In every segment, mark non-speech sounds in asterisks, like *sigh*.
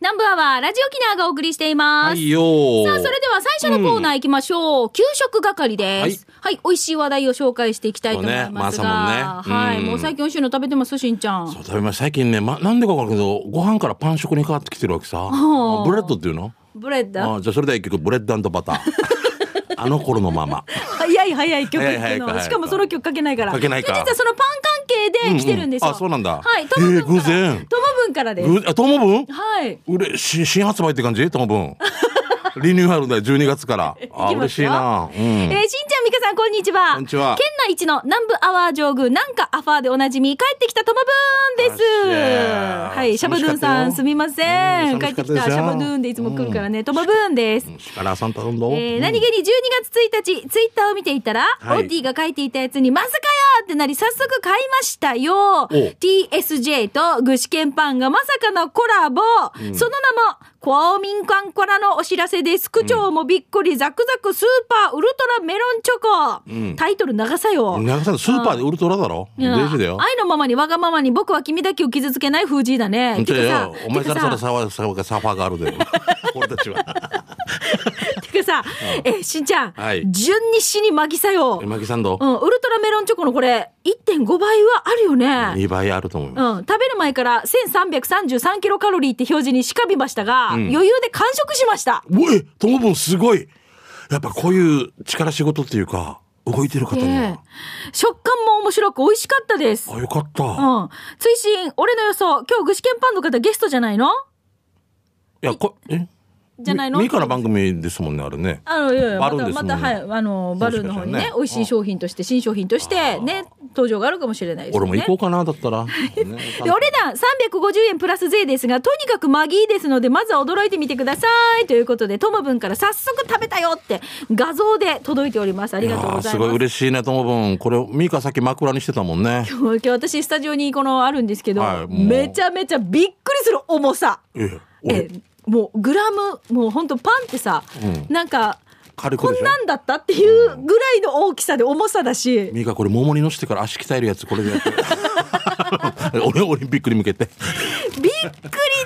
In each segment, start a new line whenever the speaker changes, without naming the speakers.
南部アワー、ラジオキナーがお送りしています。
はいよー
さあ、それでは最初のコーナー行きましょう。給食係です。はい、美味しい話題を紹介していきたいと思いますが。
そうねまあ朝もんね
はい、
うん
もう最近美味しいの食べてます、しんちゃん。
そう食べました最近ね、ま、なんでかわかるけどご飯からパン食に変わってきてるわけさ
ー
あブレッドっていうの
ブレッダー
あじゃあそれでは一曲ブレッドバ
*laughs*
ターあの頃のまま
早い早い曲
早い
行く
早い早い
の。しかもその曲かけないから。
かけないか
今日実はそのパン関係で来てるんですよ。
うんうんあそうなんだ
はい、
えー
友分から
偶然
トモ分からです。
うあトモブン
はい。
嬉しい新発売って感じトモブ
*laughs*
ンリニューアルだよ12月からあ
いきま
嬉
す
し
よ
いな、うん
えー、しんちゃん、みかさん、こんにちは。
こんにちは
県内一の南部アワー上宮、なんかアファーでおなじみ、帰ってきたトマブーンです
よっし。ゃー
はい、シャブドゥンさん、
寂しかったよ
すみませ。
うんん
帰っ
寂してかった
き
でしょ
たシャブドゥンでいつも来るからね、トマブーンです。
シカラさん頼んど、
えー何気に12月1日、ツイッターを見ていたら、
はい
オッディが書いていたやつに、まさかよってなり、早速買いましたよ。TSJ と具志堅パンがまさかのコラボ。その名も、公民館からのお知らせです。区長もびっくり、ザクザクスーパーウルトラメロンチョコ。タイトル長さよ。
うん長さんスーパーでウルトラだろ
いや
大事だよ
愛のままにわがままに僕は君だけを傷つけない封じだね。
じゃあよお前
て
か
からさ
そらサワサワサーファーが
*laughs*
あるで俺たちは
てかさ、え、しんちゃん、
はい
順に死にまぎさよ。
マキさんどう
うん、ウルトラメロンチョコのこれ、1.5倍はあるよね。
2倍あると思います、
うん、食べる前から1333キロカロリーって表示にしかびましたが、余裕で完食しました。
おいトモブンすごいやっぱこういう力仕事っていうか動いてる方
え
に
え
は、
食感も面白く美味しかったです。
あよかった、
う
い
ん。追伸、俺の予想、今日具志堅パンの方ゲストじゃないの
やこえ
じゃないの
みみかの番組ですもんねあれね
あの、いやいや、ま
バルー
た、
ンです
ま
もん
た、
ね
はい、あの、バルーンの方にね
そうしましょうね
美味しい商品として、新商品として、ね、登場があるかもしれないですよ
俺
ね。
も行こうかなだったら、ね
でお値段350円プラス税ですが、とにかくマギーですので、まずは驚いてみてください。ということで、トモブンから早速食べたよって画像で届いております。ありがとうございます。
やーすごい嬉しいねともぶんこれミカさっき枕にしてたもんね
今日私スタジオにこのあるんですけど、
はいもう
めちゃめちゃびっくりする重さ。
え
え
俺、
もうグラム、もうほんとパンってさ、
う
なんか、
軽く
こ
でし
ん
ょ
なんだったっていうぐらいの大きさで重さだし、
ミカこれ桃に乗せてから足鍛えるやつこれでや
*laughs*
って俺オリンピックに向けて
びっくり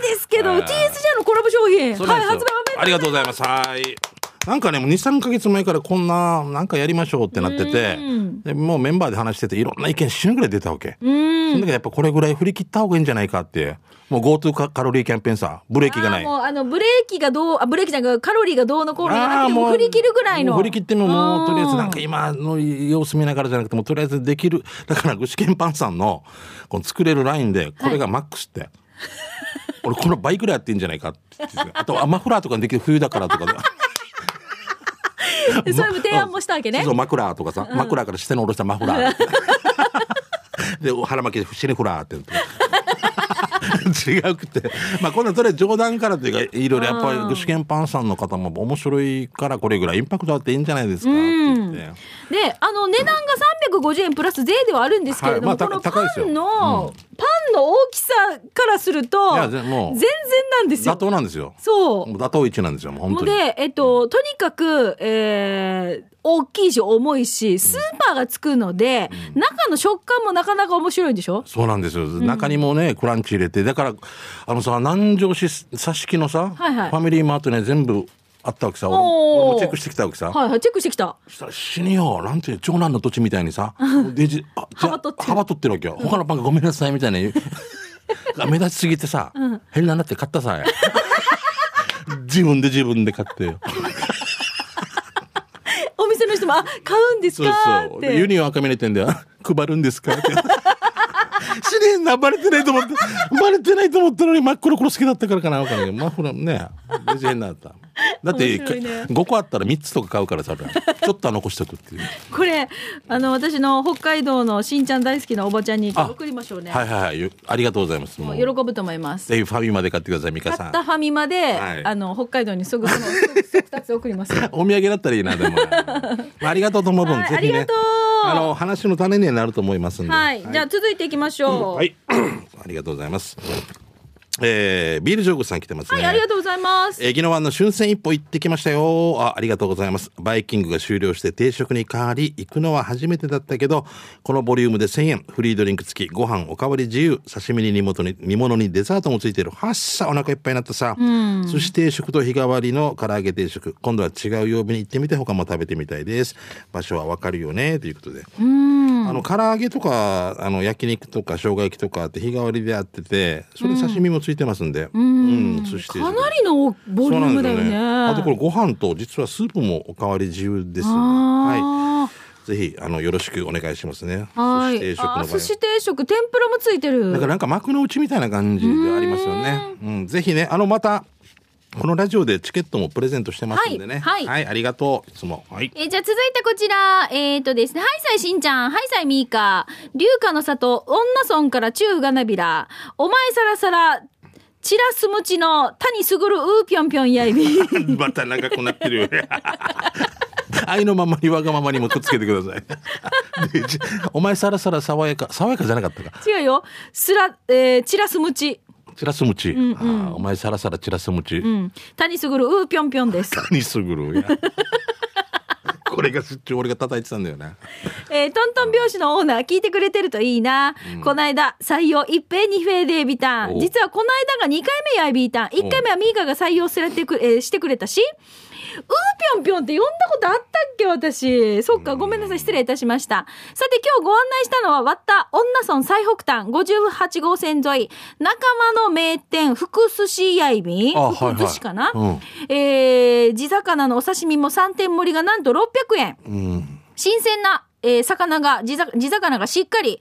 ですけど、
あ
TSJ
ー
のコラボ商品、
そ
は
う
い、
なん
発売おめ
です
で
よ
とうございます
ありがとうございます。はい。なんかね、もう2、3ヶ月前からこんな、なんかやりましょうってなってて
うん、
でもうメンバーで話してて、いろんな意見死ぬぐらい出たわけ。
うん
その時やっぱこれぐらい振り切った方がいいんじゃないかって、もう GoTo カカロリーキャンペーンさ、ブレーキがな
あー
い。
もうあのブレーキがどうあブレーキじゃなくカロリーがどうのこうのじゃなくてもう振り切るぐらいの
もう振り切ってももうとりあえずなんか
うん
今の様子見ながらじゃなくてもうとりあえずできるだから具志堅パンさんのこの作れるラインでこれがマックスって、俺この倍ぐらいやっていいんじゃないかって言ってあとアマフラーとかにできる冬だからとかで。
*laughs* そういう提案もしたわけね
そうそうマクラーとかさ、マクラーから下に下ろしたマフラ
*laughs*
ーで腹巻きでシネフラーって言って違うくてまあこんなんとりあえず冗談からというかいろいろやっぱり具志堅パンさんの方も面白いからこれぐらいインパクトあっていいんじゃないですかって言って、
であの値段が350円プラス税ではあるんですけれども、
はいまあ
このパ
た高いですよ
ンの、パンの大きさからすると
いや
全然
ぜもう
なんです
妥
よ
当なんですよ
そう
もう妥当一なんですよもう本
の
当に
で、えっと、とにかく、えー大きいし重いしスーパーがつくので、中の食感もなかなか面白いんでしょ
そうなんですよ、中にもねクランチ入れてだからあのさ南城市挿し木のさ、
はいはい
ファミリーマートね全部あったわけさ俺
おー
俺もチェックしてきたわけさ、
はいはいチェックしてきた
したら死によなんて長男の土地みたい
*laughs*
にさデジあじゃ
幅取ってる
幅取ってるわけよ他のパンがごめんなさいみたいな言う
*laughs*
が目立ちすぎてさ、変ななって買ったさ自分で自分で買ってよ
お店の人も「あ買うんです
そう
か?」
そ
っ
う
て
でユニオン赤峰店では配るんですかって死ねえなバレてないと思ってバレてないと思ったのに真っ黒黒好きだったからかなわかんないけどマフラーねデジ変なだっただって、
面白いね
5個あったら3つとか買うからさ俺ちょっとは残しとくっていう。
これあの私の北海道のしんちゃん大好きなおばちゃんに
あ
送りましょうね、
はいはいはいよ。ありがとうございます。もう
喜ぶと思います
ぜひファミマで買ってください、ミカ
買
さん
っ。たファミマで、
はい
あの北海道にすぐその2つ送りますよ
お土産だったらいい
*laughs*
な、でも。まあ、ありがとうと思う分、
はい
ぜひ
ありが
ね
とう。
あの、話の種にはなると思いますんで。
はい、じゃあ続いていきましょう、
はい。ありがとうございます。えー、ビールジョーグさん来てますね。
はい、ありがとうございます。
えー宜野湾の春戦一歩行ってきましたよあ。ありがとうございます。バイキングが終了して定食に変わり、行くのは初めてだったけど、このボリュームで1000円、フリードリンク付き、ご飯おかわり自由、刺身に煮物に煮物にデザートも付いてる。はっさ、お腹いっぱいになったさ。寿司定食と日替わりの唐揚げ定食。今度は違う曜日に行ってみて、他も食べてみたいです。場所はわかるよね、ということで。あの唐揚げとかあの焼肉とか生姜焼きとかって日替わりであっててそれ刺身もついてますんで、うん寿司定食
かなりのボリュームだよ
そうなん
ね。
ですあとこれご飯と実はスープもおかわり自由ですの
あ
で、はい、ぜひあのよろしくお願いしますね。
ーはい。
寿司定食の場
あ
合
ー寿司定食、天ぷらもついて
だから
る。
なんか幕の内みたいな感じがありますよね。うん、ぜひねあのまたこのラジオでチケットもプレゼントしてますんでね。
はいは
ありがとういつも。はい。 *laughs*
えーじゃあ続いてこちら、えーとですね、ハイサイしんちゃん、ハイサイミーカー、龍華の里、女村から中がなびら、お前さらさら、チラスムチの谷すぐるうーぴょんぴょんやいび。 *laughs*
また長くなってるよ *laughs* ね。愛のままにわがままにもくっつけてください。 *laughs* でじお前さらさら爽やか爽やかじゃなかったか。
違うよ。すら、えー、チラスムチ。
チラスムチ。あーお前さらさらチラスムチ。
うん。谷すぐるうーぴょんぴょんです。
何す
*laughs*
ぐるや。これがすっちゅう俺が叩いてたんだよね。
えートントン拍子のオーナー聞いてくれてるといいな。こないだ採用一平二平でビターン。
お
実はこの間が2回目やビターン。1回目はミーカが採用されてくれ、えーしてくれたし、うーぴょんぴょんって呼んだことあったっけ私。そっか、ごめんなさい。失礼いたしました。さて今日ご案内したのは、割った女村最北端58号線沿い、仲間の名店、福寿司やいびん。
あはいはい
福寿司かな、
うん
えー地魚のお刺身も3点盛りがなんと600円。
うん。
新鮮な、えー魚が地ざ地魚がしっかり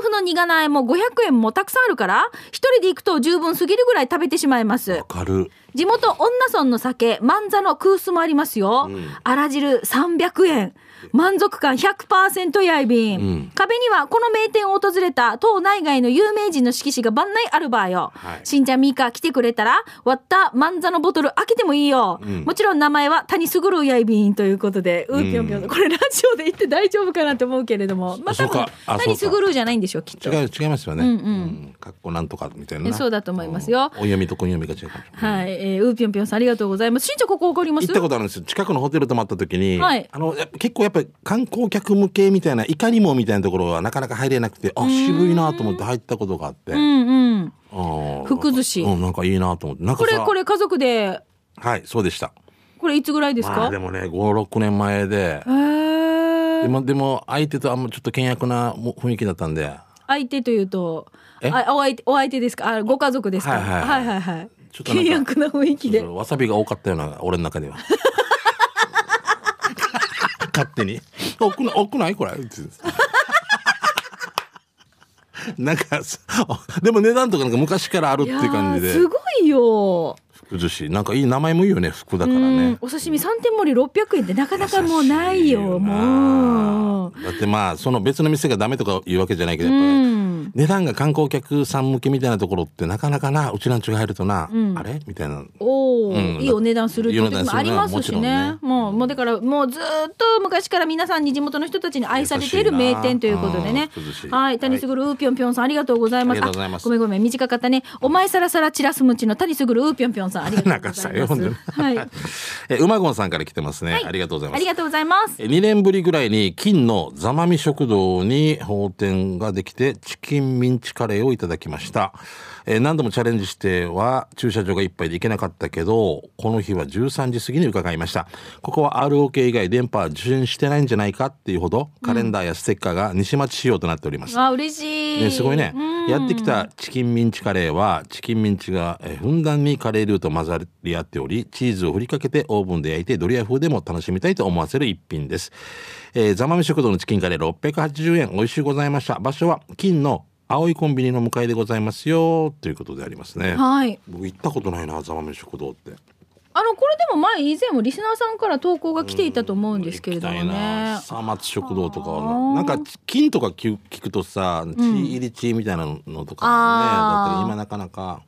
豆腐の苦苗も500円もたくさんあるから一人で行くと十分すぎるぐらい食べてしまいます
わかる。
地元女村の酒万座の空ースもありますよ、あら汁300円満足感100%やいびん、
うん
壁にはこの名店を訪れた党内外の有名人の色紙が番内あるばよ、
はい
しんちゃんみーか来てくれたら割った万座のボトル開けてもいいよ、
うん
もちろん名前は谷すぐるやいびんということでうーぴょんぴょん、これラジオで言って大丈夫かなと思うけれどもまあ
そ
多
うか
分
あそうか
谷すぐるじゃないんでしょうきっと
違う違いますよね。
うんうん
ん。かっこなんとかみたいな
え
な。
そうだと思いますよ
うんお読みとこ読みが違うかもしれない。
はい、えー、うーぴょんぴょんさんありがとうございますしんちゃんここわかります
行ったことあるんですよ近くのホテル泊まった時に、
はい
あのやっぱ結構やっぱり観光客向けみたいないかにもみたいなところはなかなか入れなくてあ渋いなと思って入ったことがあって、
うんうん
ああ
福寿司
うん、なんかいいなと思ってなんか
こ
さ
れこれ家族で
はいそうでした
これいつぐらいです
ま
か
あ、でもね56年前で
へー
でもでも相手とあんまちょっと険悪なも雰囲気だったんで
相手というと
え
あお相手お相手ですかあご家族ですか
はいはい
はいはいはい
ちょっとなん
契
か
約な雰囲気で
そうそうわさびが多かったような俺の
*laughs*
中では勝手に「多くな多くないこれ」って言うんですなんかさでも値段とかなんか昔からあるっていう感じ
いやー
です
ごいよ、
福寿司なんかいい名前もいいよね福だから
うん
ね
お刺身3点盛り600円ってなかなかもうないよ
優し
もう
だってまあその別の店がダメとかいうわけじゃないけどやっぱり、
うん
値段が観光客さん向けみたいなところってなかなかなうちなんちが入るとな、あれみたいな
おお、
うん
いいお値段するっていう時もありますし
いいお値段するのは
ね
もちろんね
もうもうだからもうずーっと昔から皆さんに地元の人たちに愛されている名店ということでね
優しいなうん
はい谷すぐるうーぴょんぴょんさんありがとうございます
ありがとうございます
あごめんごめん短かったねお前さらさらちらすむちの谷すぐるうーぴょんぴょんさんありがとうござい
*laughs* な
ま
んかさよ
すはい
え馬ゴンさんから来てますね、
はい
ありがとうござい
あ
ます
りがとうございます。
2年ぶりぐらいに金のざまみ食堂に本店ができてチキンミンチカレーをいただきました、えー何度もチャレンジしては駐車場がいっぱいで行けなかったけどこの日は13時過ぎに伺いましたここは ROK 以外電波は受信してないんじゃないかっていうほどカレンダーやステッカーが西町仕様となっております、
あ、嬉しい。
ね、すごいね、やってきたチキンミンチカレーはチキンミンチがえーふんだんにカレールーと混ざり合っておりチーズをふりかけてオーブンで焼いてドリア風でも楽しみたいと思わせる一品です、えー、ざまみ食堂のチキンカレー680円美味しゅうございました場所は金の青いコンビニの向かいでございますよということでありますね
はい。
僕行ったことないなざまみ食堂って
あの、これでも前以前もリスナーさんから投稿が来ていたと思うんですけれども
行きたい
ね
な。久松食堂とかは
あー
ななんか金とか聞く聞くとさ血入り血みたいなのとか
あー
もね、だって今なかなか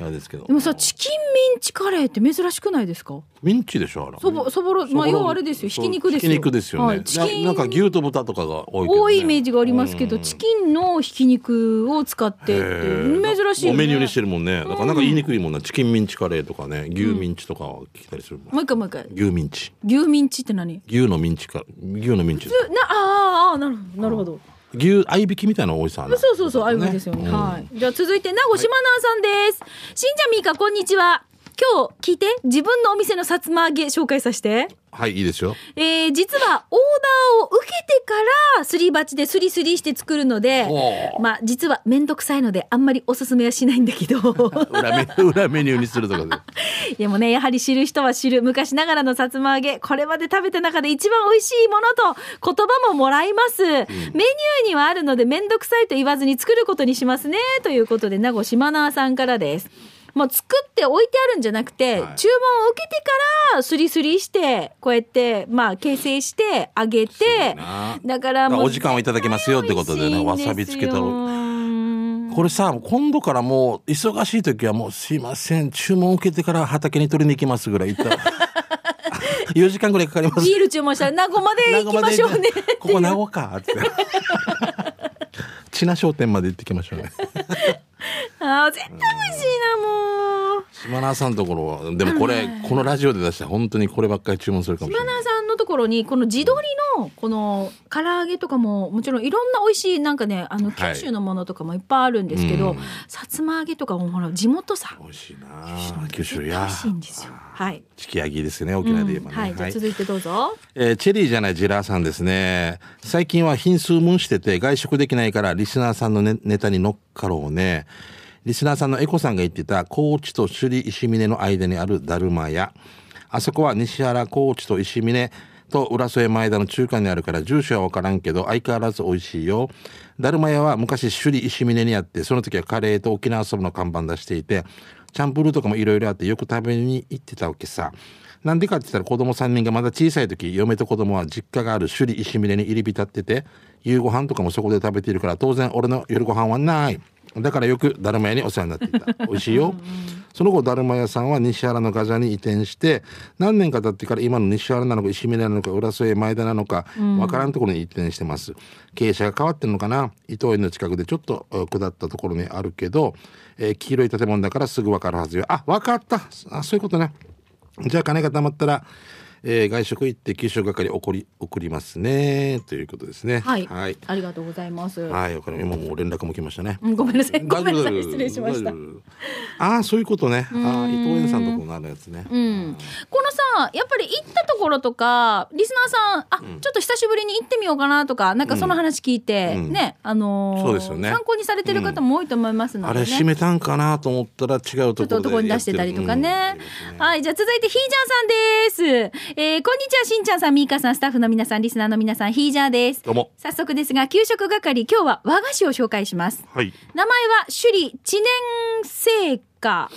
あれですけど
でもさチキンミンチカレーって珍しくないですか
ミンチでしょあれ
そぼそぼろまあ要はあれですよひ
そう
き肉ですよ
ひき肉ですよね、
はいチキン
ななんか牛と豚とかが多いけどね、
多いイメージがありますけど、
うん
チキンのひき肉を使ってって
へ
珍しいよ
もう
ね
メニューにしてるもんねだからなんか言いにくいもんな、チキンミンチカレーとかね牛ミンチとかは聞いたりするもん、
もう一回もう一回
牛ミンチ
牛ミンチって何
牛のミンチか牛のミンチです
なあーあーなるほどなるほど、
牛合いびきみたいなおいさんな
そうそうそう、ああいうことですよね。
うん
はい。じゃあ続いて、名護島南さんです。しんちゃんみーか、こんにちは。今日聞いて、自分のお店のさつま揚げ紹介させて。
はいいいですよ
えー、実はオーダーを受けてからすり鉢でスリスリして作るので
ほ、
まあ実はめんどくさいのであんまりおすすめはしないんだけど。
*laughs* 裏メ裏メニューにするとかで
でもね、やはり知る人は知る昔ながらのさつま揚げ、これまで食べた中で一番美味しいものと言葉ももらいます。メニューにはあるのでめんどくさいと言わずに作ることにしますね。ということで、名護島縄さんからです。もう作って置いてあるんじゃなくて、
はい
注文を受けてからスリスリして、こうやって、まあ、形成して、揚げて、
な
だからもう、
お時間をいただきますよってことでねわさびつけた
う
ろ
ん
これさ今度からもう忙しい時はもうすいません注文受けてから畑に取りに行きますぐら
*laughs*
い言った4時間ぐらいかかります
ビール注文したら、名護まで行きましょうね。
ここ名護
*laughs*
かって *laughs* 千奈商店まで行ってきましょうね
あー絶対美味しいなもう
島田さんのところはでもこれこのラジオで出したら本当にこればっかり注文するかもしれ
島
ない
田さんのところにこの地鶏のこの唐揚げとかももちろんいろんな美味しいなんかねあの
はい
九州のものとかもいっぱいあるんですけど、
うん
さつま揚げとかもほら地元さ
美味しいな九州や
美味しいんですよはい、
チキヤギですよね沖縄で言えばね、
はいじゃあ続いてどうぞ、
えーチェリーじゃないジラーさんですね。最近は品数分してて外食できないからリスナーさんのネネタに乗っかろうね。リスナーさんのエコさんが言ってた高知と首里石峰の間にあるだるま屋。あそこは西原高知と石峰と浦添前田の中間にあるから住所はわからんけど相変わらず美味しいよ。だるま屋は昔首里石峰にあってその時はカレーと沖縄そばの看板出していてチャンプルーとかもいろいろあってよく食べに行ってたわけさ。なんでかって言ったら子供3人がまだ小さい時嫁と子供は実家がある首里石峰に入り浸ってて夕ご飯とかもそこで食べているから当然俺の夜ご飯はないだからよくだるま屋にお世話になっていた美味しいよその後だるま屋さんは西原のガジャに移転して何年か経ってから今の西原なのか石峰なのか浦添前田なのかわからんところに移転してます経営者が変わってるのかな伊藤園の近くでちょっとえー下ったところにあるけど、えー黄色い建物だからすぐわかるはずよあわかったあそういうことねじゃあ金が貯まったら、えー外食行って給食係送り送りますねということですね。
はい、
はい、
ありがとうございます、
はい、わかり今もう連絡も来ましたね。
うんごめんなさいごめんなさ
大丈
い
夫
失礼しました
大丈夫ああそういうことね。ああ伊藤園さんとこのあるやつね。
うん、このさやっぱり行ったところとかリスナーさんあ、ちょっと久しぶりに行ってみようかなとかなんかその話聞いて、
うん
ねあのー
そうですよね
参考にされてる方も多いと思いますの
あ
で、ね
れ閉めたんかなと思ったら違う
ちょ
と
っと
ころで
男に出してたりとかね。はい、じゃあ続いてひーちゃんさんです。えーこんにちは、しんちゃんさん、みーかさん、スタッフの皆さん、リスナーの皆さん、ひーちゃんです。
どうも
早速ですが、給食係、今日は和菓子を紹介します。
はい。
名前は首里知念製菓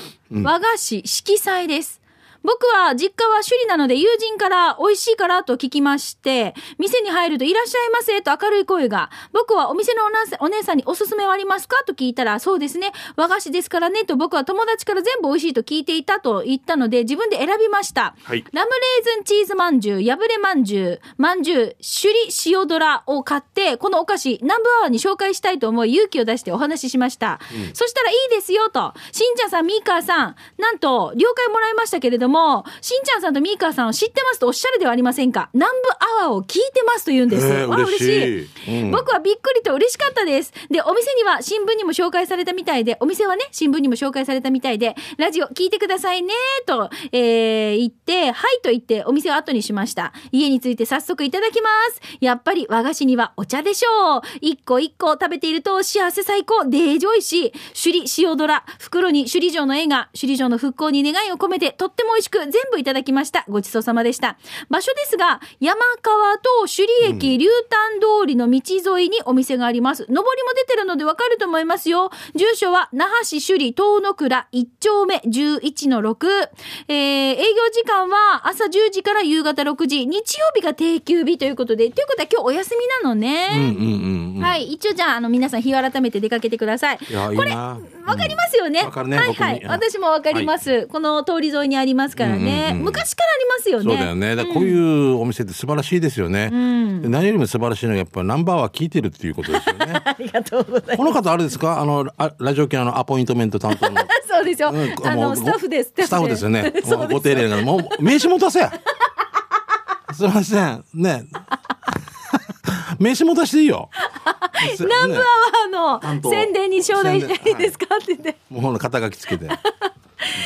和菓子色彩です、僕は実家は首里なので友人から美味しいからと聞きまして、店に入るといらっしゃいませと明るい声が、僕はお店のおなせお姉さんにおすすめはありますかと聞いたら、そうですね、和菓子ですからねと僕は友達から全部美味しいと聞いていたと言ったので自分で選びました。
はい
ラムレーズンチーズまんじゅう、破れまんじゅう、まんじゅう、首里塩ドラを買って、このお菓子、南部アワーに紹介したいと思い、勇気を出してお話ししました。そしたらいいですよと、しんちゃんさん、みーかーさん、なんと、了解もらいましたけれども、しんちゃんさんとみーかーさんを知ってますとおっしゃるではありませんか。南部アワーを聞いてますと言うんです。
えー
わあ
嬉しいうん
僕はびっくりと嬉しかったです。で、お店には新聞にも紹介されたみたいで、お店はね、新聞にも紹介されたみたいで、ラジオ聞いてくださいね、と、えー言って、はいと言って、お店を後にしました。家に着いて早速いただきます。やっぱり和菓子にはお茶でしょう。一個一個食べていると幸せ最高、デージョイシ首里塩ドラ、袋に首里城の絵が、首里城の復興に願いを込めて、とっても美味しく全部いただきました。ごちそうさまでした。場所ですが、山川と首里駅、竜丹通りの道沿いにお店があります。上りも出てるのでわかると思いますよ。住所は、那覇市首里東野倉1丁目11-6。えー、営業時間は朝10時から夕方6時。日曜日が定休日ということで。ということは今日お休みなのね。
うんうんうんうん。
はい。一応じゃあ、あの、皆さん日を改めて出かけてください。
いや、いい
これ
な。
わかりますよね。
わかるね
はいはい。
僕も
私もわかります、この通り沿いにありますからね。
うんうんうん
昔からありますよね。
そうだよね。だからこういうお店って素晴らしいですよね。で何よりも素晴らしいのはやっぱナンバーは聞いてるっていうことですよね。
*laughs* ありがとうございま
この方あれですかあのララジオ系のアポイントメント担当
*laughs*
の。
す。 *laughs* そうですよ。
うん
あ
も
の、
う
スタッフです。。
スタッフですよね
*laughs* そ
も
う
う
で
ご
す。
丁寧なの。もう名刺持
*laughs*
たせ。すいません。ね。 *laughs* 名刺持たしてい
*laughs*
いよ。
ナンバ
ね
ーワー
担
の
当
宣伝に招待し
宣伝
ないですか、って言って。
もうほら肩書きつけて。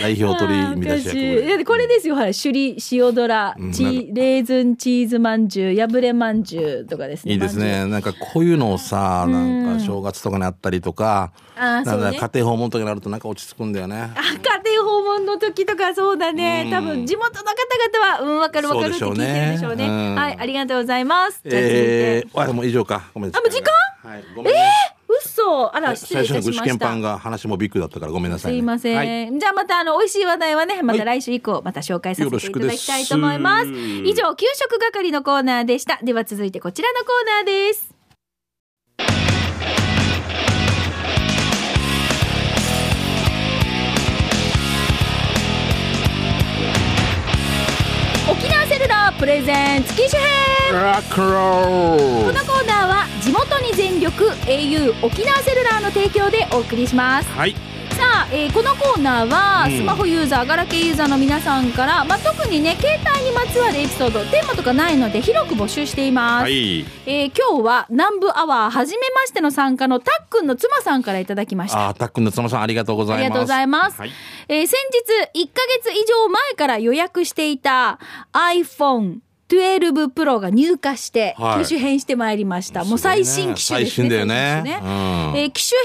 代表取り
あー
乱
お
し
か
役
しいいやこれですよ、ほら、首里塩ドラ、
ん
チーレーズンチーズまんじゅう、破れまんじゅうとかですね。
いいですね。なんかこういうのをさ、なんか正月とかにあったりとか、
あー
なん
そうね
だ家庭訪問とかになるとなんか落ち着くんだよね。
あ家庭訪問の時とかそうだね、多分地元の方々はうんわかるわかるって聞いてるんでしょうね
そうでしょうねうん
はいありがとうございますじゃあ続いて、
えー、あでも以上か。ごめんなさい。
あもう時間
はい、ごめんね、
嘘あら失礼
最
い
初
た
の
し
具
ま
志
し
堅パ
た
ンが話もビッグだったからごめんなさ
す
い、ね。
いません、
はい
じゃあまたあの美味しい話題はねまた来週以降また紹介させていただきたいと思います
よろしくです
以上給食係のコーナーでしたでは続いてこちらのコーナーです沖縄セルラープレゼン月主編
ラックンロ
こ
ール
のコーナーは地元に全力 au 沖縄セルラーの提供でお送りします
はい。
さあ、えーこのコーナーは、
うん
スマホユーザーガラケーユーザーの皆さんから、まあ、特にね携帯にまつわるエピソードテーマとかないので広く募集しています、
はい。
えー今日は南部アワー初めましての参加のたっくんの妻さんからいただきました
あー、たっくんのつまさんありがとうござい
あ
ます。
りがとうございます。
はい。
えー先日、1ヶ月以上前から予約していた iPhone。12 Pro が入荷して、
はい
機種変してまいりました。もう
すごい
最新
ね
機種ですね。
最新だよね
最新機
うん
種えー機種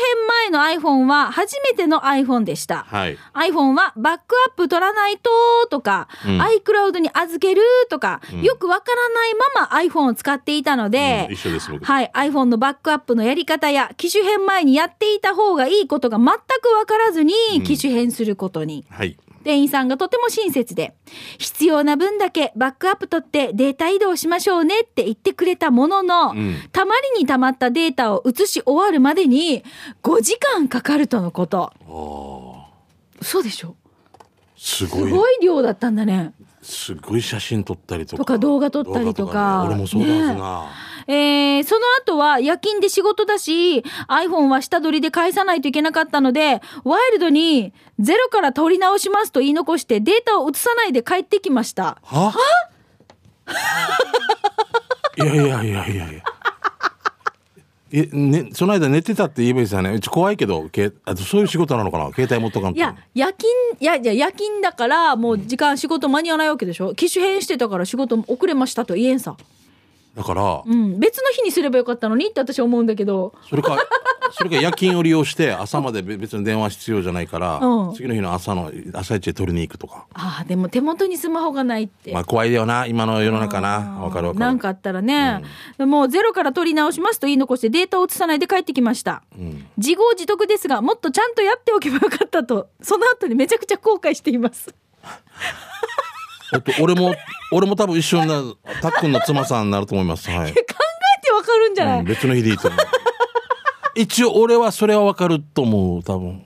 変前の iPhone は初めての iPhone でした。
はい。
iPhone はバックアップ取らないととか、
ん
iCloud に預けるとか、よくわからないまま iPhone を使っていたので、
うん一緒です僕。
はい、iPhone のバックアップのやり方や機種変前にやっていた方がいいことが全く分からずに機種変することに、
はい。
店員さんがとても親切で必要な分だけバックアップ取ってデータ移動しましょうねって言ってくれたものの、
うん
たまりにたまったデータを移し終わるまでに5時間かかるとのことそうでしょす
すごい。
ごい量だったんだね
すごい写真撮ったりと
と
か。
か動画撮ったりとか
動画ね俺もそうだはずな。
えーその後は夜勤で仕事だし、iPhone は下取りで返さないといけなかったので、ワイルドにゼロから取り直しますと言い残してデータを移さないで帰ってきました。
は *laughs* いやいやいやいやいや。え、ね、その間寝てたって言えばいいですよね。うち怖いけど、けあとそういう仕事なのかな携帯持っとかん
い
と。
や、夜勤、いやいや、夜勤だから、もう時間、仕事間に合わないわけでしょ機種変してたから仕事も遅れましたと言えんさ。
だから
う、ん。別の日にすればよかったのにって私は思うんだけど。
それか、それか夜勤を利用して、朝までべ別に電話必要じゃないから、
うん
次の日の朝の、朝一で取りに行くとか。
ああ、でも手元にスマホがないって。
まあ怖いよな、今の世の中な。わかるわかる。
なんかあったらね、もうゼロから取り直しますと言い残してデータを移さないで帰ってきました、自業自得ですがもっとちゃんとやっておけばよかったとその後にめちゃくちゃ後悔しています
えっと、俺も、俺も多分一緒になる、たっくんの妻さんになると思います。は
考
い。
えてわかるんじゃない、
うん、別の日でいいと思う *laughs* 一応俺はそれはわかると思う多 *laughs* 分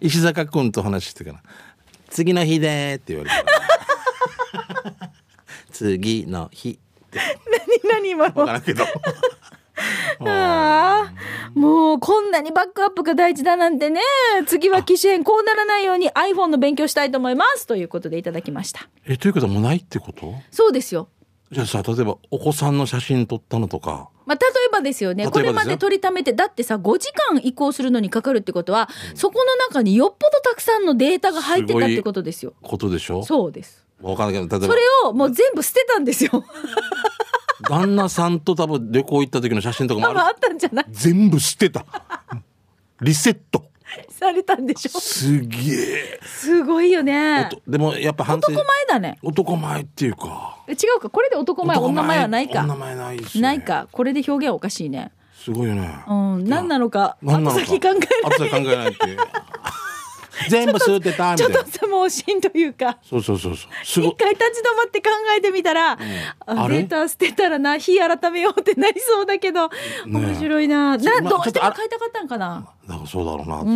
石坂君と話してから「次の日で」って言われたから *laughs* 次の日って
*laughs* 何々今
分
の
からんけ *laughs* ど
あーもうこんなにバックアップが大事だなんてね次は機種変こうならないように iPhone の勉強したいと思いますということでいただきました
えということはもうないってこと
そうですよ
じゃあさ例えばお子さんの写真撮ったのとか
まあ、例えばですよね
例えば
これ
ですよ
まで取りためてだってさ5時間移行するのにかかるってことは、そこの中によっぽどたくさんのデータが入ってたってことですよ
ことでしょ
そうです
分かんないけど例え
そ
ば
れをもう全部捨てたんですよ
旦那さんと多分旅行行った時の写真とか
ま
もあ
あ
る
ま
*laughs*
ああったんじゃない
全部捨てたリセット
されたんでしょ
すげえ
すごいよね
おとでもやっぱ反省
男前だね
男前っていうか
え違うかこれで男前女前はないか
女前ないですね
ないかこれで表現おかしいね
すごいよね
うん何なのか
何なの
後
か
先考え
あ
ない
とで考えない
*laughs*
っていう全部吸ってたみ
ち
た
ょっ
いな
とさもうしんという
*laughs*
か
そうそうそうそうすご
一
い
回立ち止まって考えてみたら、あ
あれ
データ捨てたらな日改めようってなりそうだけど、
ね
面白いな
ちょ
な
まあ
どう
ちょ
し
ってと
も
あ
買いたかったんかな
なんかそうだろうな、
い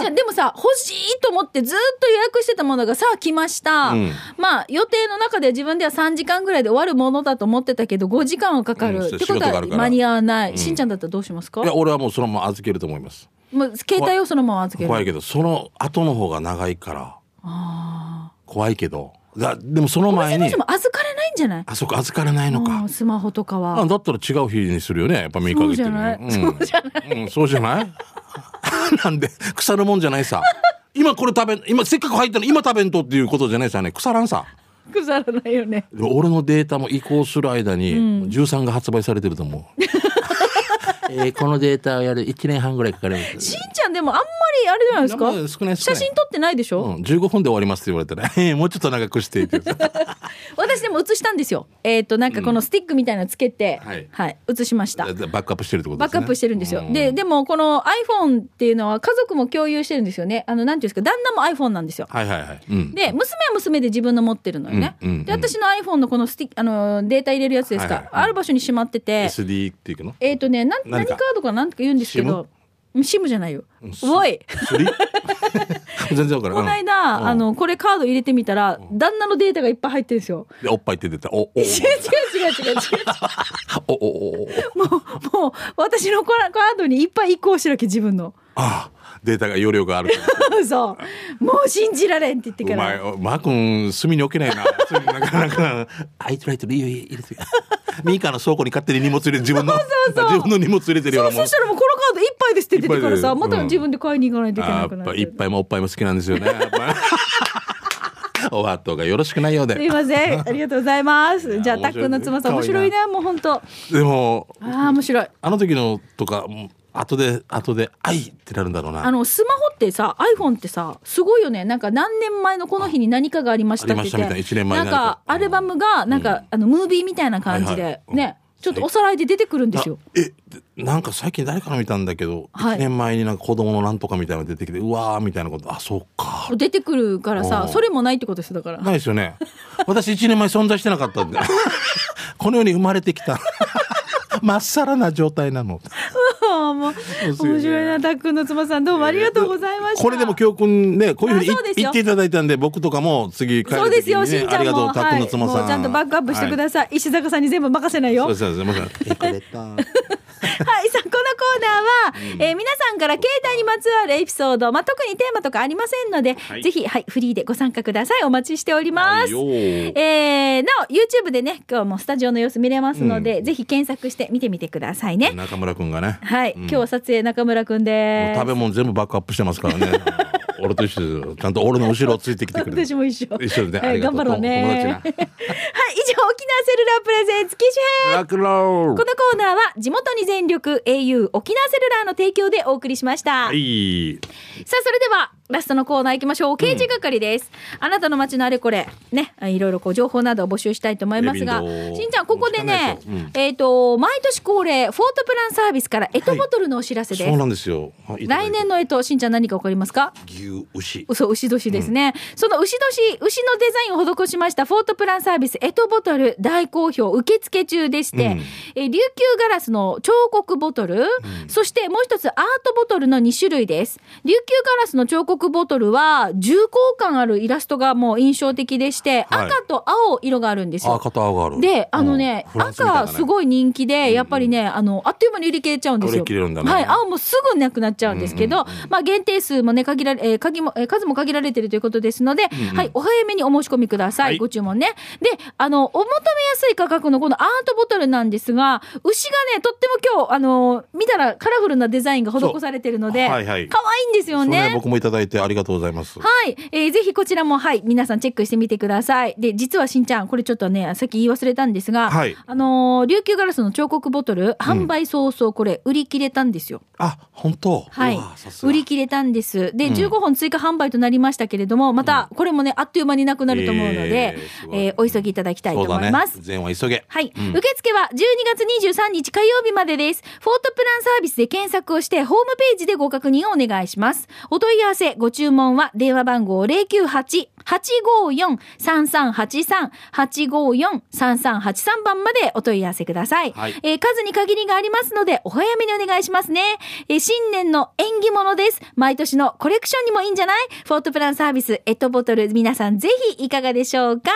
へ
やでもさ欲しいと思ってずっと予約してたものがさあ来ました、
うん
まあ予定の中で自分では3時間ぐらいで終わるものだと思ってたけど5時間はかかる、
う
っ
ん
てこと
仕事が
は
あるから
間に合わない、しんちゃんだったらどうしますか
えいや俺はもうそのまま預けると思います
もう携帯をそのまま預ける
怖いけどその後の方が長いから怖いけどだでもその
お店
前
の
に
人も預かれないんじゃない
あそこ預からないの
う
か
んスマホとかは
あだったら違う日にするよねやっぱメーカー
そうじゃない
い、うんそうじゃない *laughs* なんで腐るもんじゃないさ今これ食べん今せっかく入ったの今食べんとっていうことじゃないさね腐らんさ
腐らないよね
俺のデータも移行する間に13が発売されてると思う、 *laughs* えーこのデータをやる1年半ぐらいかかります
しんちゃんでもあんまりあれじゃないです
いやま
か
あ少ない少
写
ない
真撮ってないでしょ、
うん、15分で終わりますって言われたら、 *laughs* えーもうちょっと長くしてって言って
私でも写したんですよえっ、となんかこのスティックみたいなのつけて、
はい
はい、写しました
バックアップしてるってこと
バッ
です
クア
ね
ップしてるんですよ。
う
で、でもこの iPhone っていうのは家族も共有してるんですよね。あの、なんていうんですか、旦那も iPhone なんですよ。
はいはいはい、うん、
で、娘は娘で自分の持ってるのよね。
うんうんうん
で、私の iPhone のこのスティあの、データ入れるやつですか、
はいはいうん
ある場所にしまってて、
SD っていうの
えっ、とね、なん何
何
カ
か
ードかなんとか言うんですけど、シムじゃないよ。おい *laughs*
3? 全然わからん
この間、
うん
あの、これカード入れてみたら、旦那のデータがいっぱい入ってるんですよ。
でおっぱいって出たおお
違う違う違う違う。
おおおお
もう、もう、私のこらカードにいっぱい移行してるわけ、自分の。 *laughs*
ああデータが容量がある
そう。もう信じられんって言って
お
か
前
ら。
マー君隅に置けないなそれなかなかアイトライト理由入れてミーカーの倉庫に勝手に荷物入れて自分の
そうそう
自分の荷物入れてるよう
そう
なも
そ
ん
したらもうこのカード一杯ですって出てからさ
いっぱ
ま
いで
た自分で買いに行かないといけ
あ
な
ー
く
やっ
な
ぱ
る
いっぱいもおっぱいも好きなんですよねやっ
*laughs*
ぱおはとがよろしくないようです
いませんありがとうございますじゃあ
い
た
や
っくんの妻さん面
面
白
白
い
い
ねもう本当あ
でも
あ面白い
あの時のとかもう後で後で「愛」ってなるんだろうな
あのスマホってさ iPhone ってさすごいよねなんか何年前のこの日に何かがありましたって言っ
ありましたみたいな
て
一年前
なん
に何か
かアルバムがなんか、あのムービーみたいな感じで、
はいはい
ねちょっとおさらいで出てくるんですよ
あえでなんか最近誰から見たんだけど、
はい
1年前になんか子供のなんとかみたいなの出てきてうわーみたいなことあそうか
出てくるからさ
おー
それもないってことですよだから
ないですよ
*laughs*
ね私1年前存在してなかったんで *laughs* この世に生まれてきた *laughs* まっさらな状態なの
あー *laughs* もう面
そうですよね
白いなたっくんの妻さんどうもありがとうございました
これでも教訓ねこういうふうに
あそうで
い
すよ
言っていただいたんで僕とかも次帰る時に、ね、
そうですよ、しんちゃ
あ
ん
りがと
も。
うたっくんの妻さん、
はいもうちゃんとバックアップしてく
さ
ださい。石坂さんに全部任せないよ。
そ
は
う
い、
ですそうですすいませんえこれだ
さあ、このコーナーは、えー皆さんから携帯にまつわるエピソード、まあ、特にテーマとかありませんので、
はい
ぜひ、はい、フリーでご参加ください。お待ちしておりま
は
す。
いよ
えーなお、YouTube でね、今日もスタジオの様子見れますので、ぜひ検索して見てみてくださいね。
中村くんがね
はい、今日は撮影中村くん
も
で
う
す。
食べ物全部バックアップしてますからね俺と一緒ですよちゃんと俺の後ろをついてきてくれる
私も一緒。
一緒でね
はい
ありがと
頑
う
張ろうね。 *laughs* はい、以上、
友
沖縄セ
達
ルラープレゼンツ、機種編。
ラクロ
この
ー
コーナーは地元に全力 au 沖縄セルラーの提供でお送りしました。
はい
さあ、それではラストのコーナー行きましょう。刑事係です。あなたの街のあれこれ、ね、いろいろこう情報などを募集したいと思いますが、
テレビの
しんちゃん、ここでね
しかないでしょ、
えっ、と、毎年恒例、フォートプランサービスからエトボトルのお知らせです。
そうなんですよはいいただ
来
いて
年のえと、しんちゃん何かわかりますか
牛牛
そう、牛年ですね。その牛年、牛のデザインを施しましたフォートプランサービス、エトボトル、大好評、受付中でして、
うん
えー琉球ガラスの彫刻ボトル、そしてもう一つアートボトルの2種類です。琉球ガラスの彫刻ボトルは、重厚感あるイラストがもう印象的でして、
はい
赤と青色があるんです
あ
よ。
肩上がる
で、あのね、赤す
い
ごい人気で、やっぱりね、あの、あっという間に売り切れちゃうんですよ。
売り切れるんだね
はい、青もすぐなくなっちゃうんですけど、まあ限定数もね、限られ、えー鍵も、えー数も限られてるということですので、はい、お早めにお申し込みください。
はい
ご注文ね。で、あの、お求めめやすい価格のこのアートボトルなんですが、牛がね、とっても今日、あのー見たらカラフルなデザインが施されてるので、
そう
可
は
愛、
い
い
はい
んですよ
それ
ね。
僕もいただいてありがとうございます。
はい、えーぜひこちらも、はい、皆さんチェックしてみてください。で、実はしんちゃん、これちょっとね、さっき言い忘れたんですが、
はい
あのー琉球ガラスの彫刻ボトル、販売早々、これ、売り切れたんですよ。
あ、本当。
はいう
わさ。すが
売り切れたんです。で、
うん
15本追加販売となりましたけれども、また、これもね、あっという間になくなると思うので
えーす、ごい
えーお急ぎいただきたいと思います
そう。だね。善は急げ。
はい、
うん
受付は12月23日火曜日までです。フォートプランサービスで検索をして、ホームページでご確認をお願いします。お問い合わせ、ご注文は、電話番号098-854-3383、854-3383番までお問い合わせください。
はい
えー数に限りがありますので、お早めにお願いしますね。えー新年の縁起物です。毎年のコレクションにもいいんじゃないフォートプランサービス、エトボトル、皆さんぜひいかがでしょうか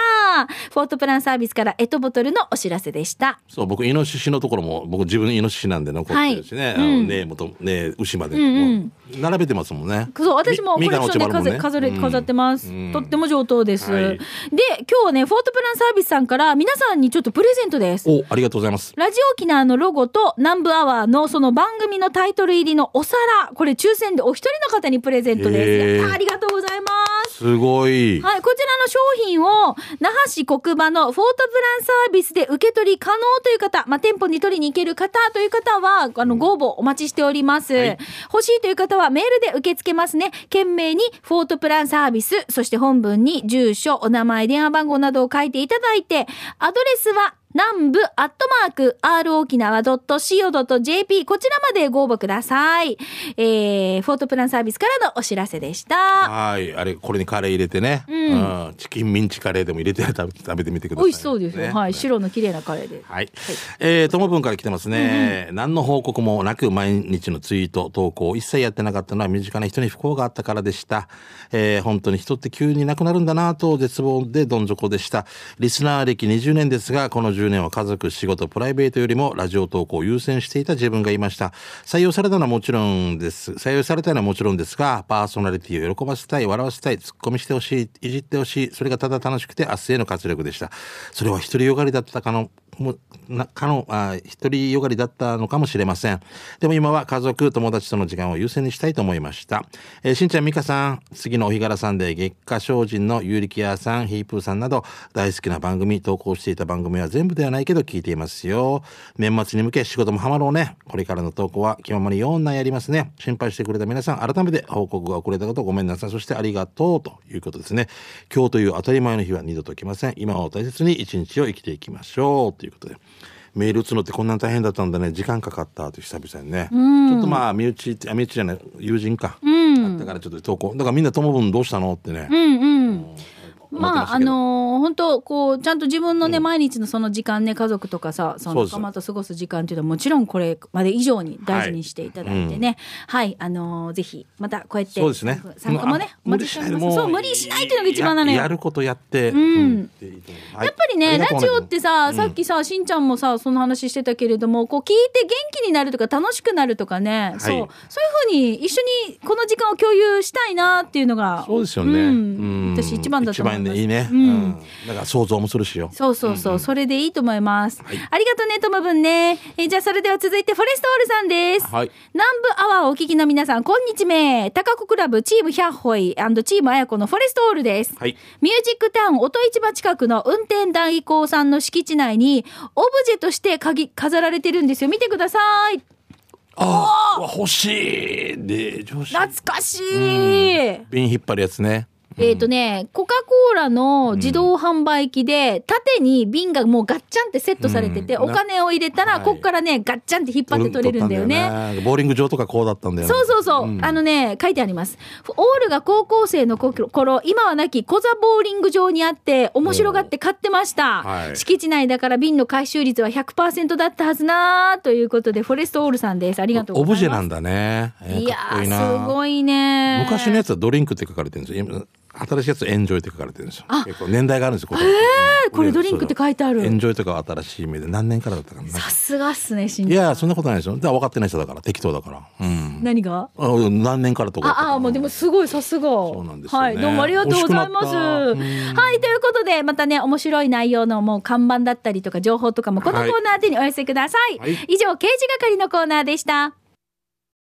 フォートプランサービスからエトボトルのお知らせでした。
そう、僕イノシシのところも、僕自分イノシシなんで残ってるしね。
はい
あの
うん
ねえ、もと、ねえ、牛まで。
んうん
もう並べてますもんね。
そう、私もコ
み
レクションで
みかん
飾,、
の千葉のもね
飾れ
うん
飾ってます、
うん
とっても上等です、
はい
で、今日はね、フォートプランサービスさんから皆さんにちょっとプレゼントです。
お、ありがとうございます。
ラジオ沖縄のロゴと南部アワーのその番組のタイトル入りのお皿、これ抽選でお一人の方にプレゼントです。
へー
やったーありがとうございます。
すごい。
はい、こちらの商品を、那覇市国場のフォートプランサービスで受け取り可能という方、まあ、店舗に取りに行ける方という方は、あの、ご応募お待ちしております。
はい
欲しいという方はメールで受け付けますね。懸命に、フォートプランサービス、そして本文に住所、お名前、電話番号などを書いていただいて、アドレスは、南部アットマーク、r 沖縄 .co.jp、こちらまでご応募ください。えー、フォートプランサービスからのお知らせでした。
はい、あれ、これにカレー入れてね。
ん
うんチキンミンチカレーでも入れて食べて、食べてみてください。
美味しそうですよ。
ね
はい。白の綺麗なカレーで。
はい。えー、ともぶんから来てますね。何の報告もなく毎日のツイート、投稿を一切やってなかったのは身近な人に不幸があったからでした。えー、本当に人って急になくなるんだなと絶望でどん底でした。リスナー歴20年ですが、この10年は家族、仕事、プライベートよりもラジオ投稿を優先していた自分がいました。採用されたのはもちろんです。採用されたのはもちろんですが、パーソナリティを喜ばせたい、笑わせたい、ツッコミしてほしい、いじってほしい、それがただ楽しくて明日への活力でした。それは独りよがりだったかの、もなかの、あ独りよがりだったのかもしれません。でも今は家族、友達との時間を優先にしたいと思いました。えーしんちゃん、みかさん、次のお日柄さんで月下精進のゆうりきやさん、ヒープーさんなど、大好きな番組、投稿していた番組は全部ではないけど聞いていますよ。年末に向け仕事もハマろうね。これからの投稿は気ままに4なやりますね。心配してくれた皆さん、改めて報告が遅れたことごめんなさい。そしてありがとうということですね。今日という当たり前の日は二度と来ません。今を大切に一日を生きていきましょう。ということで。メール打つのってこんなに大変だったんだね。時間かかったという久々にね。ちょっとまあ、身内って、あ身内じゃない、友人か。あったからちょっと投稿。だからみんな友分どうしたのってね。
うんうん。まあ、
思ってした
あ
けど
のー本当こう、ちゃんと自分のね、毎日のその時間ね、家族とかさ、そ
そ
の
うです
仲間と過ごす時間っていうのは、もちろんこれまで以上に大事にしていただいてね。はい、あのーぜひ、またこうやって、
そうですね。
参加もね、
うんあ無理しないでも
そう、無理しないっていうのが一番なのよ。
ややることやって。うんっていいと思うはい
やっぱり
あ
ね、
が
ラ
とう
ジオってさ、さっきさ、しんちゃんもさ、その話してたけれども、こう聞いて元気になるとか、楽しくなるとかね、そう、そういうふうに一緒にこの時間を共有したいなっていうのが、
そうですよ
ん
ね。うん
私一番だと思います。
一番ねいいね。
う
うんん。だから想像もするしよ。
そうそうそう、それでいいと思います。ありがとうね、ともぶんね。えーじゃあ、それでは続いて、フォレストオールさんです。
はい
南部アワーをお聞きの皆さん、こんにちめ。高子クラブチームヒャッホイチームあやこのフォレストオールです。
はい
ミュージックタウン音市場近くの運転代行さんの敷地内に、オブジェとして鍵飾られてるんですよ。見てください。
ああ、欲しい。で、上司。
懐かしい。
瓶引っ張るやつね。
えっ、とね、コカ・コーラの自動販売機で、縦に瓶がもうガッチャンってセットされてて、
うん
お金を入れたら、
はい
こっからね、ガッチャンって引っ張って取れるんだよね。
取ったんだよボーリング場とかこうだったんだよね。
そうそうそう、あのね、書いてあります。オールが高校生の頃、今はなき小座ボーリング場にあって、面白がって買ってました。
おーはい
敷地内だから瓶の回収率は100%だったはずなーということで、フォレストオールさんです。ありがとうご
オ
ざいます。
ブジェなんだね。えー
いや
かっこ
ー、
な
すごいね。
昔のやつはドリンクって書かれてるんですよ。今新しいやつエンジョイって書かれてるんですよ
あ
結構年代があるんですよこれ、
えーこれドリンクって書いてある
エンジョイとかは新しい目で何年からだったかな
さすがっすね、しん
い
ちゃん
やそんなことないですよだから分かってない人だから適当だからうん
何が
あ何年からとか
ああ、もうでもすごい、さすが。
うなんですよね
はい、どうもありがとうございます。
惜しくなった
はい、ということで、またね、面白い内容のもう看板だったりとか、情報とかも、このコーナー宛てにお寄せください。
はい
以上、刑事係のコーナーでした。